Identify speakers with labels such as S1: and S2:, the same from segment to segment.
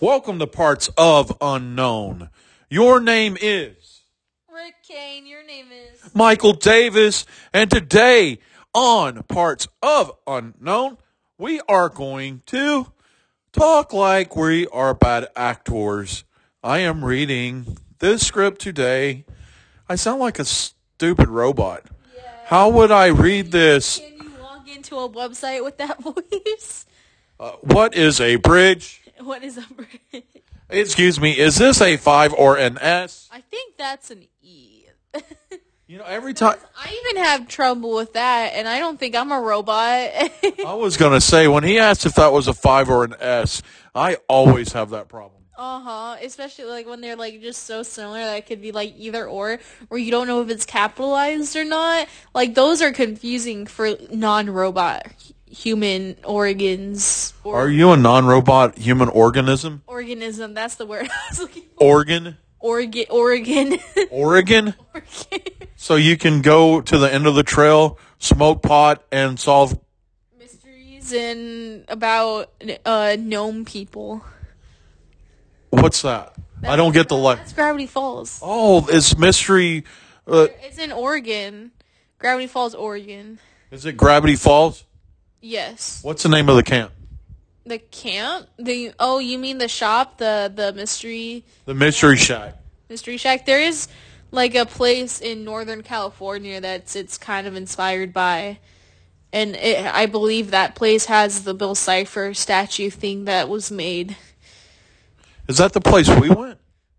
S1: Welcome to Parts of Unknown. Your name is
S2: Rick Kane, your name is.
S1: Michael Davis, and today on Parts of Unknown, we are going to talk like we are bad actors. I am reading this script today. I sound like a stupid robot.
S2: Yeah.
S1: How would I read this?
S2: Can you log into a website with that voice?
S1: Uh, what is a bridge?
S2: What is up, Rick?
S1: Excuse me, is this a 5 or an S?
S2: I think that's an E.
S1: You know, every time.
S2: I even have trouble with that, and I don't think I'm a robot.
S1: I was going to say, when he asked if that was a five or an S, I always have that problem.
S2: uh huh. Especially like when they're like just so similar that it could be like either or, where you don't know if it's capitalized or not. Like those are confusing for non-robot h- human organs or
S1: Are you a non robot human organism?
S2: organism. That's the word I was looking for.
S1: Organ?
S2: Organ, organ.
S1: Oregon?
S2: organ.
S1: So you can go to the end of the trail, smoke pot, and solve.
S2: mysteries and about uh gnome people.
S1: What's that? I don't get the like.
S2: That's Gravity Falls.
S1: Oh, it's mystery. Uh,
S2: It's in Oregon. Gravity Falls, Oregon.
S1: is it Gravity Falls?
S2: Yes.
S1: What's the name of the camp?
S2: The camp? The oh, you mean the shop, the the mystery
S1: The Mystery Shack.
S2: mystery shack? There is like a place in Northern California that's it's kind of inspired by and it, I believe that place has the Bill Cipher statue thing that was made.
S1: Is that the place we went?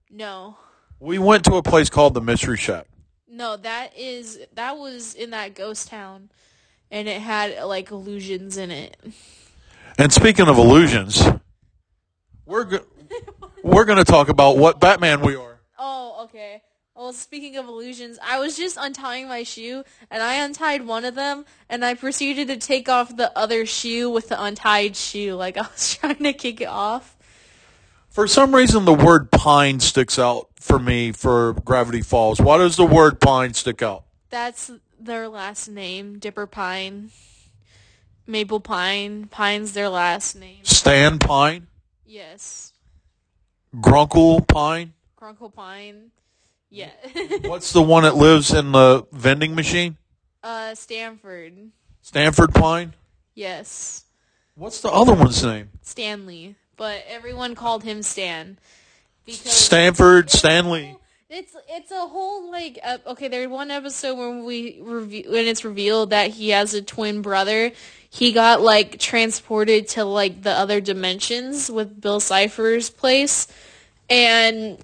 S2: No.
S1: We went to a place called the Mystery Shack.
S2: No, that is that was in that ghost town, and it had like illusions in it.
S1: And speaking of illusions, we're go- we're going to talk about what Batman we are.
S2: Oh, okay. Well, speaking of illusions, I was just untying my shoe, and I untied one of them, and I proceeded to take off the other shoe with the untied shoe, like I was trying to kick it off.
S1: For some reason, the word pine sticks out for me for Gravity Falls. Why does the word pine stick out?
S2: That's their last name, Dipper Pine, Maple Pine. Pine's their last name.
S1: Stan Pine,
S2: Yes,
S1: Grunkle Pine.
S2: Crunkle Pine. Yeah,
S1: What's the one that lives in the vending machine?
S2: uh, Stanford.
S1: Stanford Pine.
S2: Yes.
S1: What's the other one's name?
S2: Stanley, but everyone called him Stan because
S1: Stanford Stanley.
S2: it's it's a whole like ep- okay. There's one episode when we reve- when it's revealed that he has a twin brother. He got like transported to like the other dimensions with Bill Cipher's place, and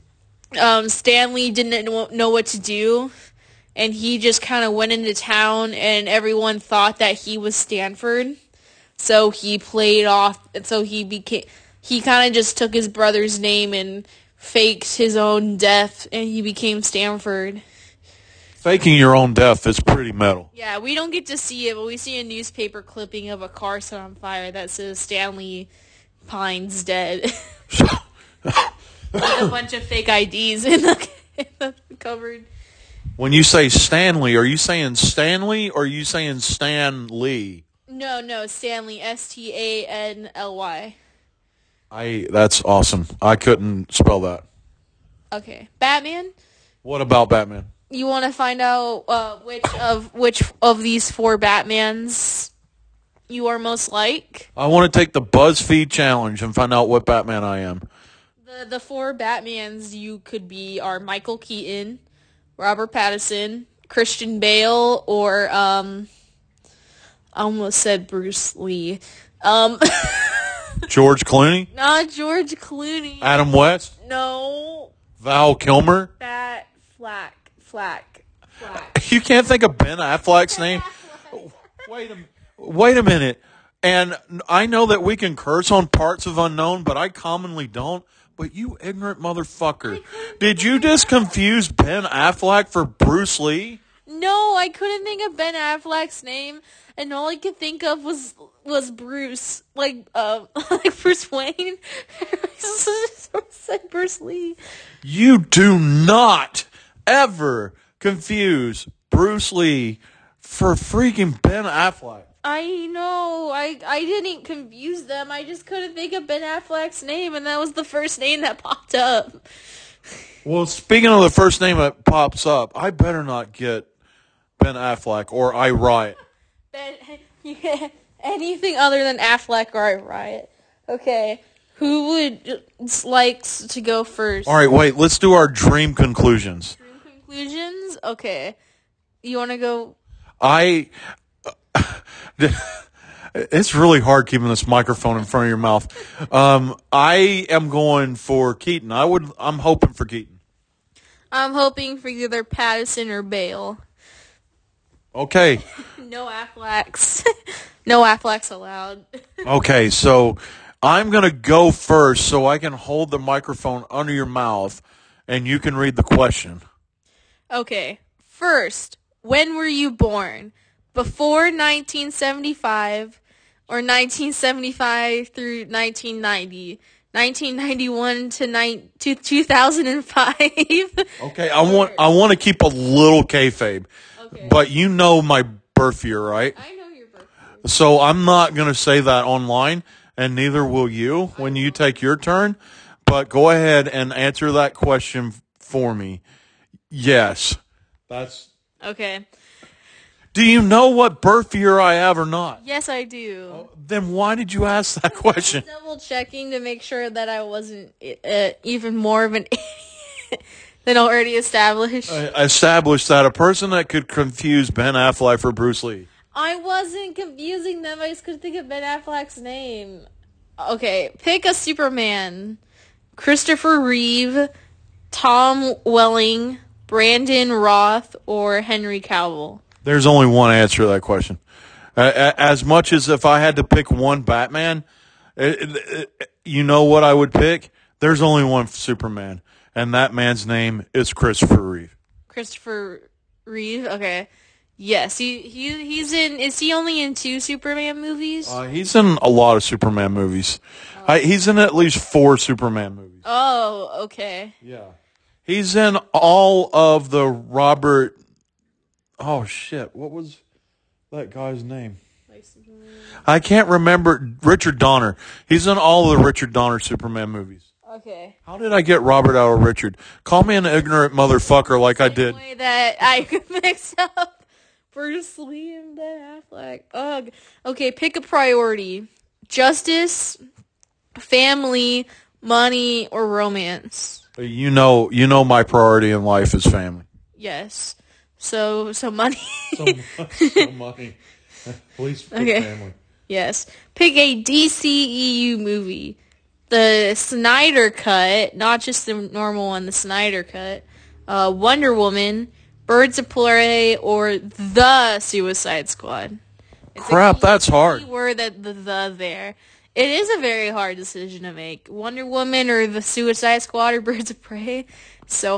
S2: um, Stanley didn't know- know what to do, and he just kind of went into town, and everyone thought that he was Stanford. So he played off, and so he became, he kind of just took his brother's name and faked his own death, and he became Stanford.
S1: Faking your own death is pretty metal.
S2: Yeah, we don't get to see it, but we see a newspaper clipping of a car set on fire that says Stanley Pines dead. With a bunch of fake IDs in the, in the cupboard.
S1: When you say Stanley, are you saying Stanley or are you saying Stan Lee?
S2: No, no, Stanley, S-T-A-N-L-Y.
S1: I. That's awesome. I couldn't spell that.
S2: Okay, Batman?
S1: What about Batman?
S2: you want to find out uh, which of which of these four Batmans you are most like?
S1: I want to take the BuzzFeed challenge and find out what Batman I am.
S2: The the four Batmans you could be are Michael Keaton, Robert Pattinson, Christian Bale, or um, I almost said Bruce Lee. Um,
S1: George Clooney,
S2: not George Clooney.
S1: Adam West,
S2: no,
S1: Val Kilmer.
S2: Bat Flack Flack Flack.
S1: You can't think of Ben Affleck's name. Wait a wait a minute. And I know that we can curse on parts of unknown, but I commonly don't. But you ignorant motherfucker, did you just confuse Ben Affleck for Bruce Lee?
S2: No, I couldn't think of Ben Affleck's name, and all I could think of was was Bruce, like um, like Bruce Wayne. I said Bruce Lee.
S1: You do not ever confuse Bruce Lee for freaking Ben Affleck.
S2: I know. I I didn't confuse them. I just couldn't think of Ben Affleck's name, and that was the first name that popped up.
S1: Well, speaking of the first name that pops up, I better not get Ben Affleck or I riot.
S2: Ben, yeah, anything other than Affleck or I riot. Okay, who would uh, likes to go first?
S1: All right, wait. Let's do our dream conclusions.
S2: Conclusions. Okay, you want to go?
S1: I. It's really hard keeping this microphone in front of your mouth. Um, I am going for Keaton. I would. I'm hoping for Keaton.
S2: I'm hoping for either Patterson or Bale.
S1: Okay.
S2: No Afflecks. no Afflecks allowed.
S1: Okay. So I'm gonna go first, so I can hold the microphone under your mouth, and you can read the question.
S2: Okay. First, when were you born? Before 1975 or 1975 through 1990? 1991 to, nine to 2005?
S1: Okay. I want. I want to keep a little kayfabe,
S2: Okay.
S1: but you know my birth year, right?
S2: I know your birth.
S1: So I'm not going to say that online, and neither will you when you take your turn. But go ahead and answer that question f- for me. Yes. That's.
S2: Okay.
S1: Do you know what birth year I have or not?
S2: Yes, I do.
S1: Then why did you ask that question?
S2: Double checking to make sure that I wasn't uh, even more of an idiot than already established.
S1: I established that a person that could confuse Ben Affleck for Bruce Lee.
S2: I wasn't confusing them. I just couldn't think of Ben Affleck's name. Okay, pick a Superman: Christopher Reeve, Tom Welling, Brandon Roth, or Henry Cavill.
S1: There's only one answer to that question. Uh, a- as much as if I had to pick one Batman, it, it- it- you know what I would pick? There's only one Superman, and that man's name is Christopher Reeve.
S2: Christopher Reeve. Okay, yes, he he he's in. Is he only in two Superman movies?
S1: Uh, he's in a lot of Superman movies. I, he's in at least four Superman movies.
S2: oh, okay.
S1: Yeah. He's in all of the Robert. Oh, shit. What was that guy's name? I can't remember. Richard Donner. He's in all of the Richard Donner Superman movies.
S2: Okay.
S1: How did I get Robert out of Richard? Call me an ignorant motherfucker like I did.
S2: way that I could mix up Bruce Lee and Ben Affleck. Ugh. Okay, pick a priority: justice, family, money, or romance.
S1: You know, you know my priority in life is family.
S2: Yes. So, so money.
S1: money. Please
S2: Okay.
S1: family.
S2: yes. Pick a DCEU movie. The Snyder Cut, not just the normal one, the Snyder Cut. Uh, Wonder Woman, Birds of Prey, or The Suicide Squad. It's a
S1: Crap,
S2: key-
S1: that's hard.
S2: key word that the the there. It is a very hard decision to make. Wonder Woman or the Suicide Squad or Birds of Prey. So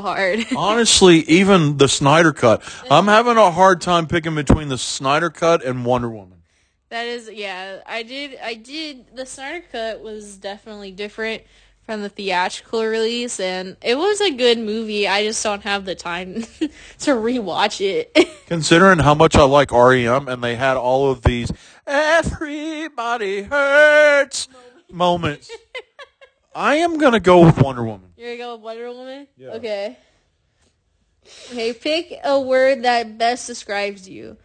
S2: hard.
S1: Honestly, even the Snyder Cut. I'm having a hard time picking between the Snyder Cut and Wonder Woman.
S2: that is yeah. I did I did the Snyder cut was definitely different from the theatrical release and it was a good movie. I just don't have the time to rewatch it.
S1: Considering how much I like REM and they had all of these everybody hurts moments, I am going to go with Wonder Woman.
S2: You're gonna go with Wonder Woman?
S1: Yeah.
S2: Okay. Okay, pick a word that best describes you.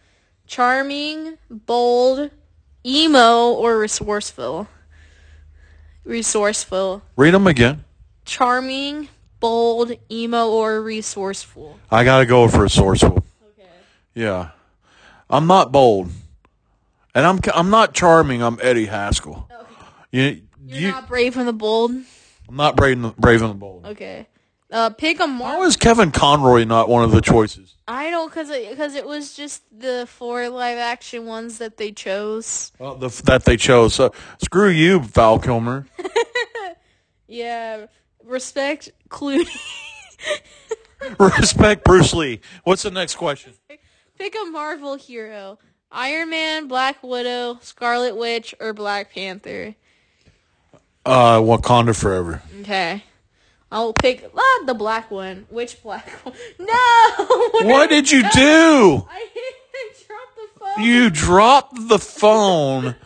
S2: Charming, bold, emo, or resourceful. Resourceful.
S1: Read them again.
S2: Charming, bold, emo, or resourceful.
S1: I got to go for resourceful.
S2: Okay.
S1: Yeah. I'm not bold. And I'm I'm not charming. I'm Eddie Haskell. You,
S2: Oh. You're
S1: you,
S2: not brave and the bold?
S1: I'm not brave and, brave and bold.
S2: Okay. Uh, pick a Marvel.
S1: How is Kevin Conroy not one of the choices?
S2: I don't, cause it, cause it was just the four live action ones that they chose.
S1: Well, the, that they chose. So screw you, Val Kilmer.
S2: Yeah, respect Clooney.
S1: Respect Bruce Lee. What's the next question?
S2: Pick a Marvel hero. Iron Man, Black Widow, Scarlet Witch, or Black Panther.
S1: Uh, Wakanda Forever.
S2: Okay. I'll pick ah, the black one. Which black one? No!
S1: What did you do?
S2: I dropped the phone.
S1: You dropped the phone,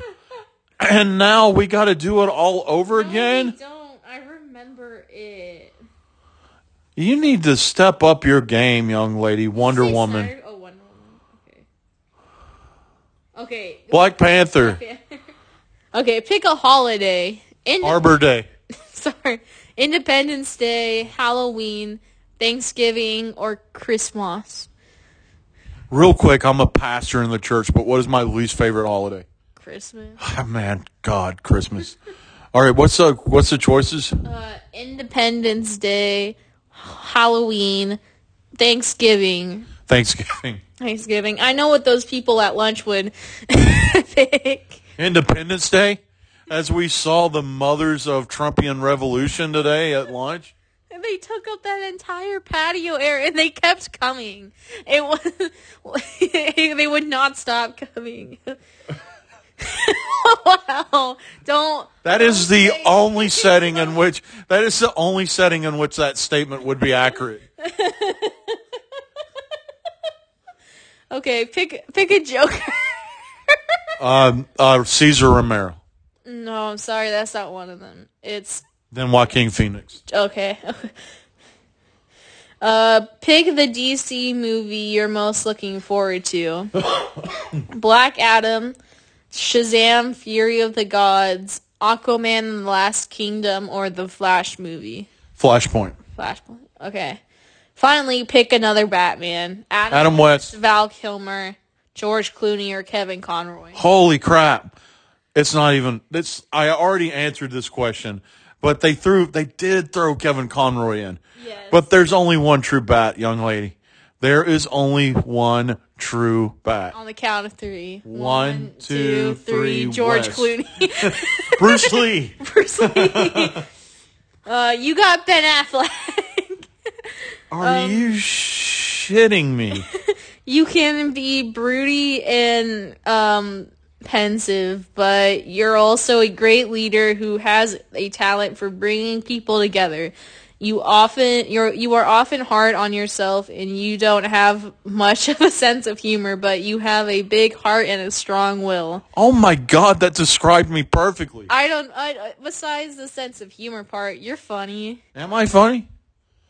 S1: and now we got to do it all over
S2: I
S1: again.
S2: don't. I remember it.
S1: You need to step up your game, young lady. Wonder
S2: Say
S1: Woman,
S2: Snyder- Oh, Wonder Woman. Okay. Okay.
S1: Black Panther,
S2: Okay, pick a holiday. Ind-
S1: Arbor Day.
S2: sorry. Independence Day, Halloween, Thanksgiving, or Christmas.
S1: Real quick, I'm a pastor in the church, but what is my least favorite holiday?
S2: Christmas.
S1: Ah, man, God, Christmas. All right, what's the what's the choices?
S2: Uh, Independence Day, Halloween, Thanksgiving.
S1: Thanksgiving,
S2: Thanksgiving. I know what those people at lunch would pick.
S1: Independence Day, as we saw the mothers of Trumpian revolution today at lunch.
S2: And they took up that entire patio area and they kept coming. It was they would not stop coming. wow. Don't
S1: That is the only setting in which that is the only setting in which that statement would be accurate.
S2: Okay, pick pick a joker.
S1: Um, uh, Caesar Romero,
S2: no, I'm sorry, that's not one of them. It's
S1: then Joaquin Phoenix.
S2: okay. Uh, pick the DC movie you're most looking forward to. Black Adam, Shazam, Fury of the Gods, Aquaman and the Last Kingdom, or the Flash movie.
S1: Flashpoint.
S2: Flashpoint. Okay. Finally, pick another Batman. Adam,
S1: Adam West.
S2: Val Kilmer, George Clooney, or Kevin Conroy.
S1: Holy crap! It's not even. It's. I already answered this question, but they threw. They did throw Kevin Conroy in.
S2: Yes.
S1: But there's only one true bat, young lady. There is only one true bat.
S2: On the count of three.
S1: One, two, three,
S2: George
S1: West.
S2: Clooney.
S1: Bruce Lee.
S2: Bruce Lee. uh, you got Ben Affleck.
S1: Are you shitting me?
S2: you can be broody and um, pensive, but you're also a great leader who has a talent for bringing people together. You often you're you are often hard on yourself and you don't have much of a sense of humor, but you have a big heart and a strong will.
S1: Oh my god, that described me perfectly.
S2: I don't. I, I- besides the sense of humor part, you're funny.
S1: Am I funny?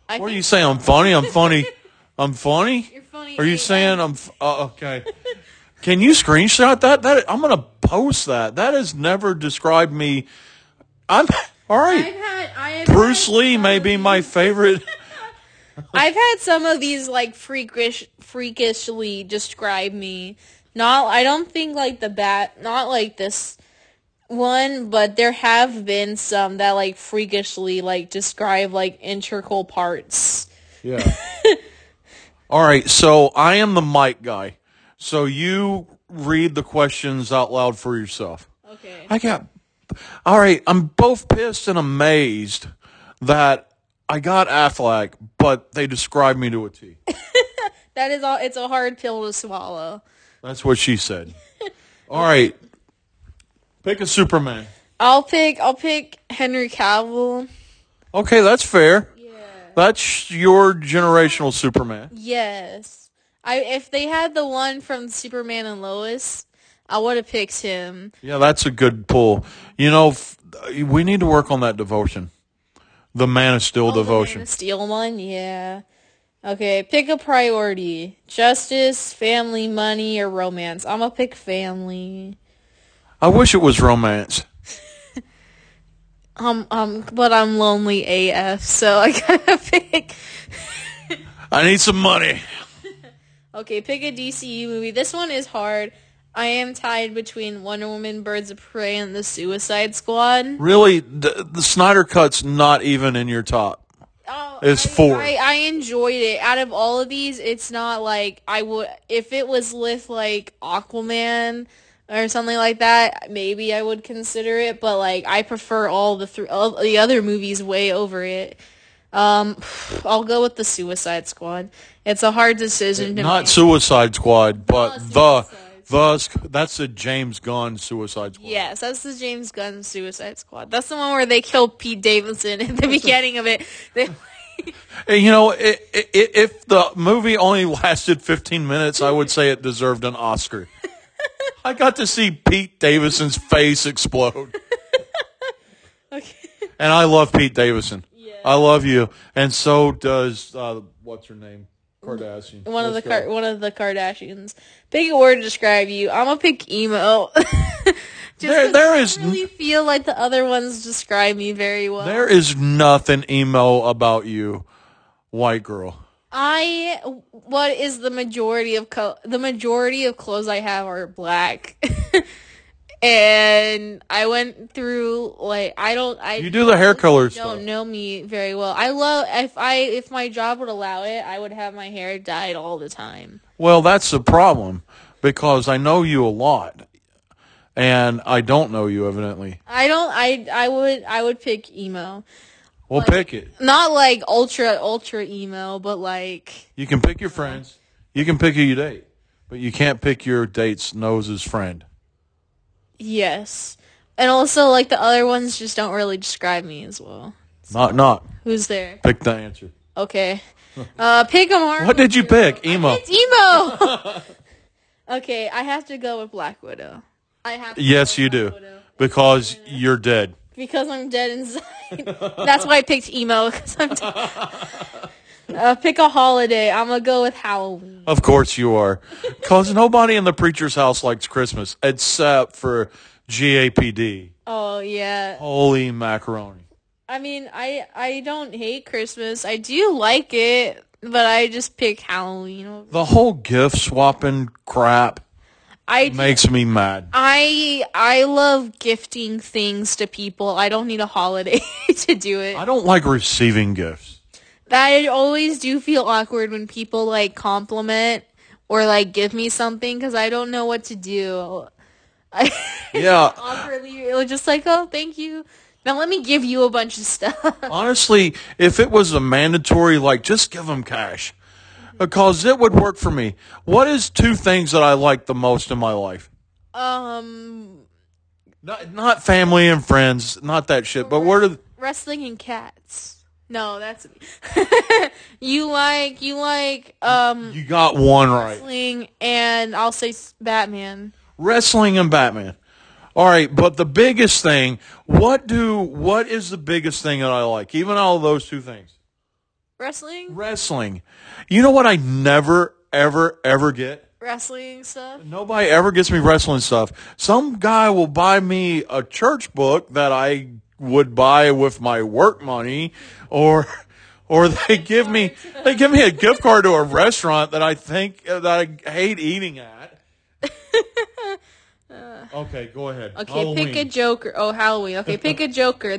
S2: I
S1: What do
S2: think
S1: you say? I'm funny. I'm funny. I'm funny.
S2: you're funny.
S1: Are you
S2: and-
S1: saying I'm f- uh, okay? Can you screenshot that? That I'm gonna post that. That has never described me. I'm all
S2: I've
S1: right.
S2: had. I have
S1: Bruce
S2: had
S1: Lee
S2: some
S1: may
S2: of
S1: be
S2: these-
S1: my favorite.
S2: I've had some of these like freakish, freakishly describe me. Not. I don't think like the bat. Not like this one, but there have been some that like freakishly like describe like integral parts.
S1: Yeah. all right. So I am the mic guy. So you read the questions out loud for yourself.
S2: Okay.
S1: I got all right. I'm both pissed and amazed that I got Affleck, but they described me to a T.
S2: That is all. It's a hard pill to swallow.
S1: That's what she said. All right. Pick a Superman.
S2: I'll pick. I'll pick Henry Cavill.
S1: Okay, that's fair.
S2: Yeah.
S1: That's your generational Superman.
S2: Yes. I if they had the one from Superman and Lois, I would have picked him.
S1: Yeah, that's a good pull. You know, f- we need to work on that devotion. Oh, The Man of Steel devotion.
S2: Oh, Steal one, yeah. Okay, pick a priority. Justice, family, money, or romance. I'm gonna pick family.
S1: I wish it was romance.
S2: Um um but I'm lonely AF, so I gotta pick
S1: I need some money.
S2: Okay, pick a DCU movie. This one is hard. I am tied between Wonder Woman, Birds of Prey, and the Suicide Squad.
S1: Really, the, the Snyder Cut's not even in your top.
S2: Oh,
S1: It's
S2: I,
S1: four.
S2: I, I enjoyed it. Out of all of these, it's not like I would if it was with like Aquaman or something like that. Maybe I would consider it, but like I prefer all the three all the other movies way over it. Um, I'll go with the Suicide Squad. It's a hard decision to
S1: Not
S2: make.
S1: Suicide Squad, but
S2: No, Oh, Suicide
S1: the the sc- that's a James Gunn Suicide Squad.
S2: Yes, that's the James Gunn Suicide Squad. That's the one where they kill Pete Davidson at the beginning of it. They,
S1: Hey, You know, i i i if the movie only lasted 15 minutes, I would say it deserved an Oscar. I got to see Pete Davidson's face explode.
S2: Okay.
S1: And I love Pete Davison.
S2: Yeah.
S1: I love you. And so does, uh, what's her name? Kardashian.
S2: One of the
S1: Let's go.
S2: Kar- one of the Kardashians. Pick a word to describe you. I'm gonna pick emo. Just
S1: There-
S2: 'cause
S1: there
S2: I
S1: is n-
S2: really feel like the other ones describe me very well.
S1: There is nothing emo about you, white girl.
S2: I what is the majority of co- the majority of clothes I have are black. and I went through like I don't I
S1: You do the hair colors.
S2: don't
S1: though.
S2: know me very well. I love if I if my job would allow it, I would have my hair dyed all the time.
S1: Well, that's the problem because I know you a lot, and I don't know you evidently.
S2: I don't I I would I would pick emo.
S1: Well, pick it.
S2: Not like ultra ultra emo, but like
S1: You can pick your friends. You can pick who you date, but you can't pick your date's nose's friend.
S2: yes. And also like the other ones just don't really describe me as well.
S1: Knock knock.
S2: Who's there?
S1: Pick the answer.
S2: Okay. Uh, pick a Marvel.
S1: What did you pick? Emo.
S2: It's emo. okay, I have to go with Black Widow. I have. To
S1: Yes,
S2: go
S1: you
S2: with
S1: do
S2: Black Widow.
S1: because you're dead.
S2: because I'm dead inside. That's why I picked emo because I'm. dead. uh, pick a holiday. I'm gonna go with Halloween.
S1: Of course you are, because nobody in the preacher's house likes Christmas except for GAPD.
S2: Oh yeah.
S1: Holy macaroni!
S2: I mean, I I don't hate Christmas. I do like it, but I just pick Halloween. over-
S1: The whole gift swapping crap
S2: I
S1: makes me mad.
S2: I I love gifting things to people. I don't need a holiday to do it.
S1: I don't like receiving gifts.
S2: I always do feel awkward when people like compliment or like give me something because I don't know what to do. I
S1: Yeah.
S2: awkwardly it was just like, oh, thank you. Now let me give you a bunch of stuff.
S1: Honestly, if it was a mandatory, like just give them cash, because it would work for me. What is two things that I like the most in my life?
S2: Um,
S1: Not, not family and friends, not that shit. But where do
S2: wrestling and cats. No, that's you like you like um
S1: you got one right?
S2: wrestling and I'll say s- Batman.
S1: Wrestling and Batman. All right, but the biggest thing, what do what is the biggest thing that I like? Even all of those two things.
S2: Wrestling,
S1: Wrestling. You know what I never, ever, ever get?
S2: wrestling stuff.
S1: Nobody ever gets me wrestling stuff. Some guy will buy me a church book that I would buy with my work money or or they give me they give me a gift card to a restaurant that I think uh, that I hate eating at. Okay, go ahead.
S2: Okay,
S1: Halloween.
S2: pick a Joker. Oh, Halloween. Okay, pick a Joker.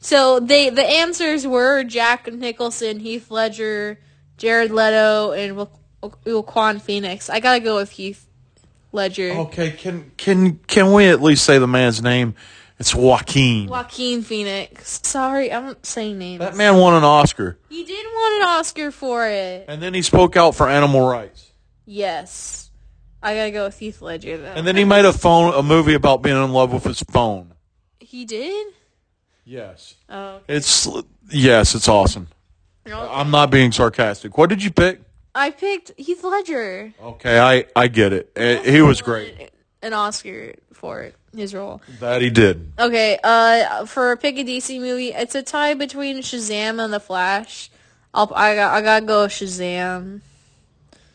S2: So they the answers were Jack Nicholson, Heath Ledger, Jared Leto, and Wa- Joaquin Phoenix. I gotta go with Heath Ledger.
S1: Okay, can can can we at least say the man's name? It's Joaquin.
S2: Joaquin Phoenix. Sorry, I'm not saying names.
S1: That man won an Oscar,
S2: He did want an Oscar for it.
S1: and then he spoke out for animal rights.
S2: Yes, I gotta go with Heath Ledger though.
S1: And then he made a phone a movie about being in love with his phone.
S2: he did.
S1: Yes.
S2: Oh,
S1: It's yes, it's awesome.
S2: no.
S1: I'm not being sarcastic. What did you pick?
S2: I picked Heath Ledger.
S1: Okay, I I get it. Eh, he was great.
S2: An Oscar for it, his role.
S1: That he did.
S2: Okay, uh, for pick a DC movie, it's a tie between Shazam and The Flash. I'll, I got, I gotta go with Shazam.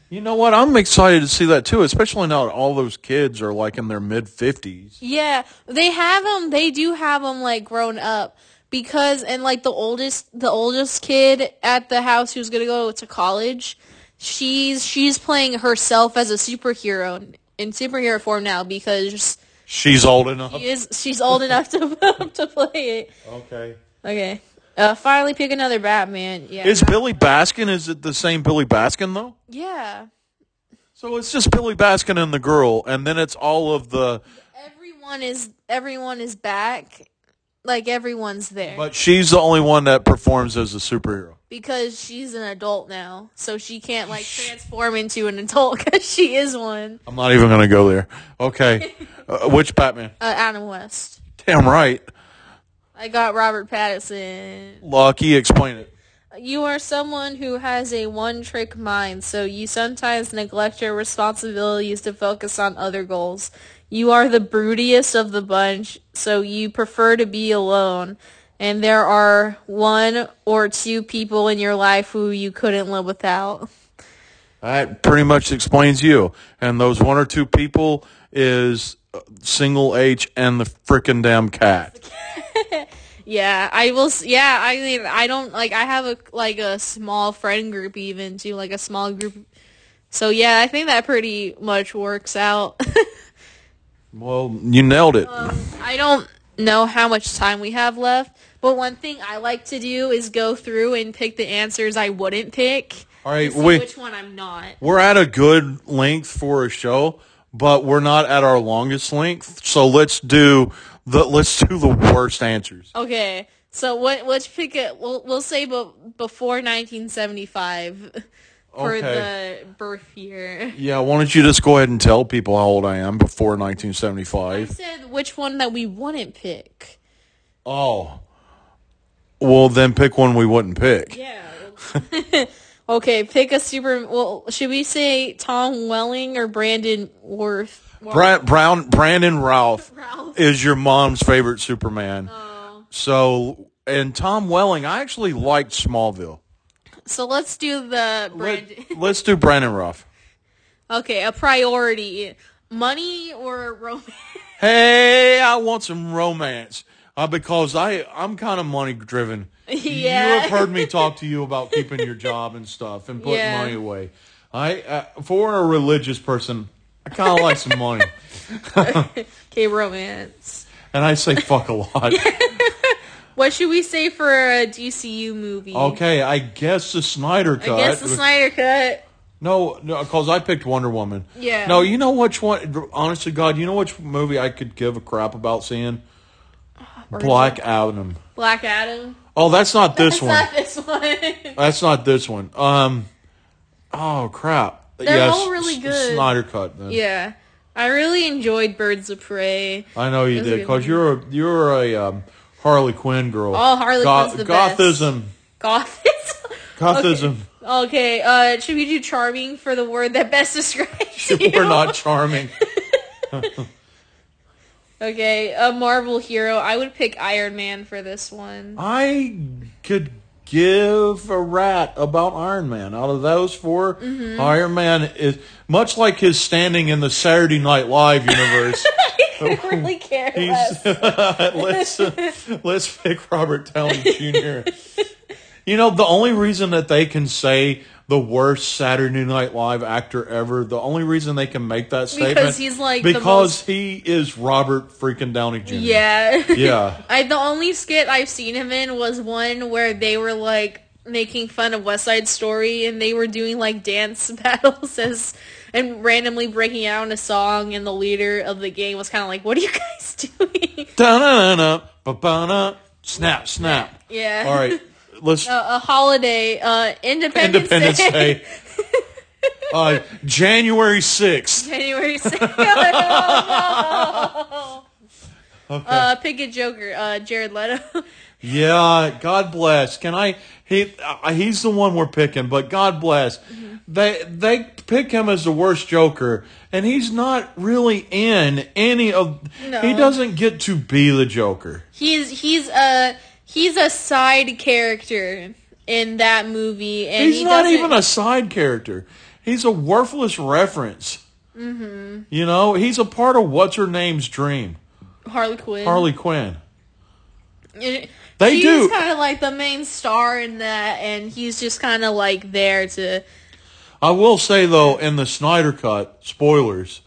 S1: You know what? I'm excited to see that too, especially now that all those kids are like in their mid 50s.
S2: Yeah, they have them. They do have them like grown up because, and like the oldest, the oldest kid at the house who's gonna go to college, she's she's playing herself as a superhero in superhero form now because
S1: She's old enough.
S2: she is she's old enough to to play it.
S1: Okay.
S2: Okay, uh, finally pick another Batman. Yeah,
S1: Is Billy Baskin is it the same Billy Baskin though?
S2: yeah.
S1: So it's just Billy Baskin and the girl and then it's all of the
S2: everyone is everyone is back like everyone's there
S1: but she's the only one that performs as a superhero.
S2: because she's an adult now so she can't like transform into an adult because she is one
S1: I'm not even going to go there. Okay. Uh, which Batman?
S2: uh, adam west
S1: Damn right.
S2: i got robert pattinson
S1: Lucky, explain it.
S2: you are someone who has a one-trick mind so you sometimes neglect your responsibilities to focus on other goals You are the broodiest of the bunch, so you prefer to be alone. And there are one or two people in your life who you couldn't live without.
S1: That pretty much explains you. And those one or two people is uh, single H and the frickin' damn cat.
S2: Yeah, I will. s- Yeah, I mean, I don't like. I have a like a small friend group even too, like a small group. So yeah, I think that pretty much works out.
S1: Well, you nailed it.
S2: I don't know how much time we have left, but one thing I like to do is go through and pick the answers I wouldn't pick.
S1: All right,
S2: and see
S1: we
S2: which one I'm not.
S1: we're at a good length for a show, but we're not at our longest length. So let's do the let's do the worst answers.
S2: Okay, so what? Let's pick it. We'll we'll say be, before 1975 for
S1: Okay.
S2: the birth year.
S1: Yeah, why don't you just go ahead and tell people how old I am before
S2: I
S1: 1975?
S2: said which one that we wouldn't pick.
S1: Oh, well then pick one we wouldn't pick.
S2: Yeah. okay, pick a super. Well, should we say Tom Welling or Brandon Worth?
S1: Bra- Brown Brandon Ralph
S2: Ralph. Oh.
S1: is your mom's favorite Superman. So and Tom Welling, I actually liked Smallville.
S2: So let's do the Brandon.
S1: Let, let's do Brandon Ralph.
S2: Okay, a priority. Money or romance?
S1: hey, I want some romance uh, because I I'm kind of money driven. You
S2: Yeah.
S1: have heard me talk to you about keeping your job and stuff and putting
S2: Yeah.
S1: money away. I uh, for a religious person, I kind of like some money,
S2: Okay, romance.
S1: and I say fuck a lot.
S2: What should we say for a DCU movie?
S1: Okay, I guess the Snyder
S2: I
S1: cut.
S2: guess the Snyder cut.
S1: No, no, because I picked Wonder Woman.
S2: Yeah.
S1: No, you know which one? Honest to God, you know which movie I could give a crap about seeing? Black Adam.
S2: Black Adam.
S1: Oh, that's not this
S2: It's
S1: one.
S2: not this one.
S1: That's not this one. Um. Oh crap!
S2: They're all really
S1: S-
S2: good.
S1: Snyder cut. Then.
S2: yeah. I really enjoyed Birds of Prey.
S1: I know you
S2: Those are
S1: did
S2: good
S1: because you're a you're a um, Harley Quinn girl.
S2: Oh, Harley Quinn's the best.
S1: Gothism.
S2: Gothism.
S1: Gothism.
S2: Okay, uh, should we do charming for the word that best describes you?
S1: We're not charming.
S2: Okay, a Marvel hero. I would pick Iron Man for this one.
S1: I could give a rat about Iron Man. Out of those 4
S2: Mm-hmm.
S1: Iron Man is much like his standing in the Saturday Night Live universe.
S2: I really care less.
S1: He's, let's uh, let's pick Robert Downey Jr. You know, the only reason that they can say the worst Saturday Night Live actor ever, the only reason they can make that statement,
S2: he's, like, the
S1: because he is Robert freaking Downey Jr.
S2: Yeah.
S1: yeah.
S2: I the only skit I've seen him in was one where they were like making fun of West Side Story and they were doing like dance battles as and randomly breaking out in a song and the leader of the gang was kind of like, "What are you guys doing?"
S1: Da-na-na-na, ba-ba-na, snap, snap.
S2: Yeah.
S1: All right, let's
S2: A, a holiday, uh, Independence,
S1: Independence Day. Uh, January sixth.
S2: January 6th. Oh, no. Uh, pick a Joker, uh, Jared Leto.
S1: Yeah, God bless. Can I? He uh, he's the one we're picking, but God bless.
S2: Mm-hmm.
S1: They they pick him as the worst Joker, and he's not really in any of.
S2: No.
S1: He doesn't get to be the Joker.
S2: he's he's a he's a side character in that movie, and
S1: He's
S2: he
S1: not
S2: doesn't-
S1: even a side character. He's a worthless reference. Mm-hmm. You know, he's a part of what's her name's dream,
S2: Harley Quinn.
S1: Harley Quinn.
S2: They
S1: They
S2: She's
S1: do.
S2: kind of like the main star in that, and he's just kind of like there to.
S1: I will say though, in the Snyder Cut, spoilers,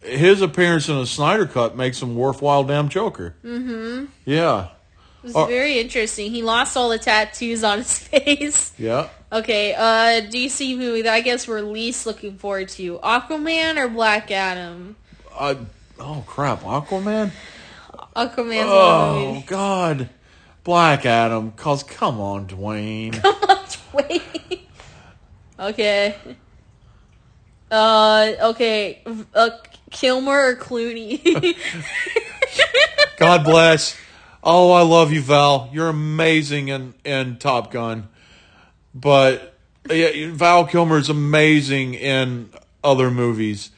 S1: his appearance in the Snyder Cut makes him worthwhile damn Joker. Mm-hmm. Yeah,
S2: It's
S1: Oh.
S2: very interesting. He lost all the tattoos on his face.
S1: yeah.
S2: Okay, uh, DC movie that I guess we're least looking forward to: Aquaman or Black Adam.
S1: I, oh crap, Aquaman.
S2: Aquaman's oh. movie.
S1: Oh God, Black Adam. Cause come on, Dwayne.
S2: Wait. Okay. Uh, okay. v- Uh, Kilmer or Clooney?
S1: God bless. Oh, I love you, Val. You're amazing in in Top Gun, but yeah, Val Kilmer is amazing in other movies.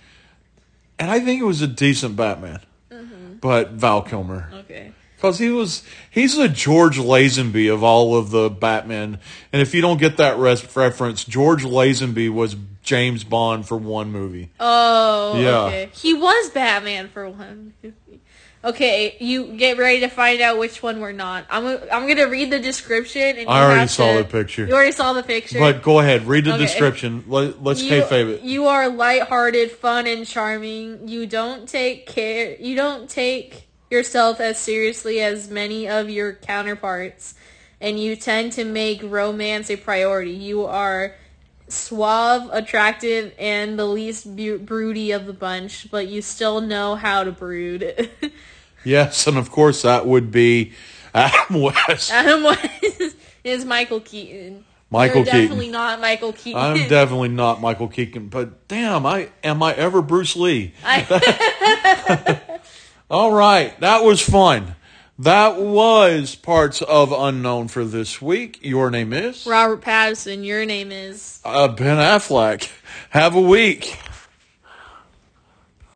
S1: and I think it was a decent Batman,
S2: Mm-hmm.
S1: but Val Kilmer.
S2: Okay.
S1: Because he was, he's the George Lazenby of all of the Batman. And if you don't get that res- reference, George Lazenby was James Bond for one movie.
S2: Oh,
S1: Yeah.
S2: okay. He was Batman for one. Okay, you get ready to find out which one we're not. I'm gonna- I'm gonna read the description. And
S1: I
S2: you
S1: already
S2: have
S1: saw
S2: to-
S1: the picture.
S2: You already saw the picture.
S1: But go ahead, read the
S2: Okay.
S1: description. Let, let's
S2: you,
S1: kayfabe it.
S2: You are lighthearted, fun, and charming. You don't take care. You don't take yourself as seriously as many of your counterparts, and you tend to make romance a priority. You are suave, attractive, and the least bu- broody of the bunch, but you still know how to brood.
S1: Yes, and of course that would be Adam West.
S2: Adam West is Michael Keaton.
S1: Michael
S2: You're
S1: Keaton.
S2: definitely not Michael Keaton.
S1: I'm definitely not Michael Keaton, but damn, I am I ever Bruce Lee.
S2: I-
S1: All right, that was fun. That was parts of unknown for this week. Your name is
S2: Robert Pattinson. Your name is.
S1: uh, Ben Affleck. Have a week.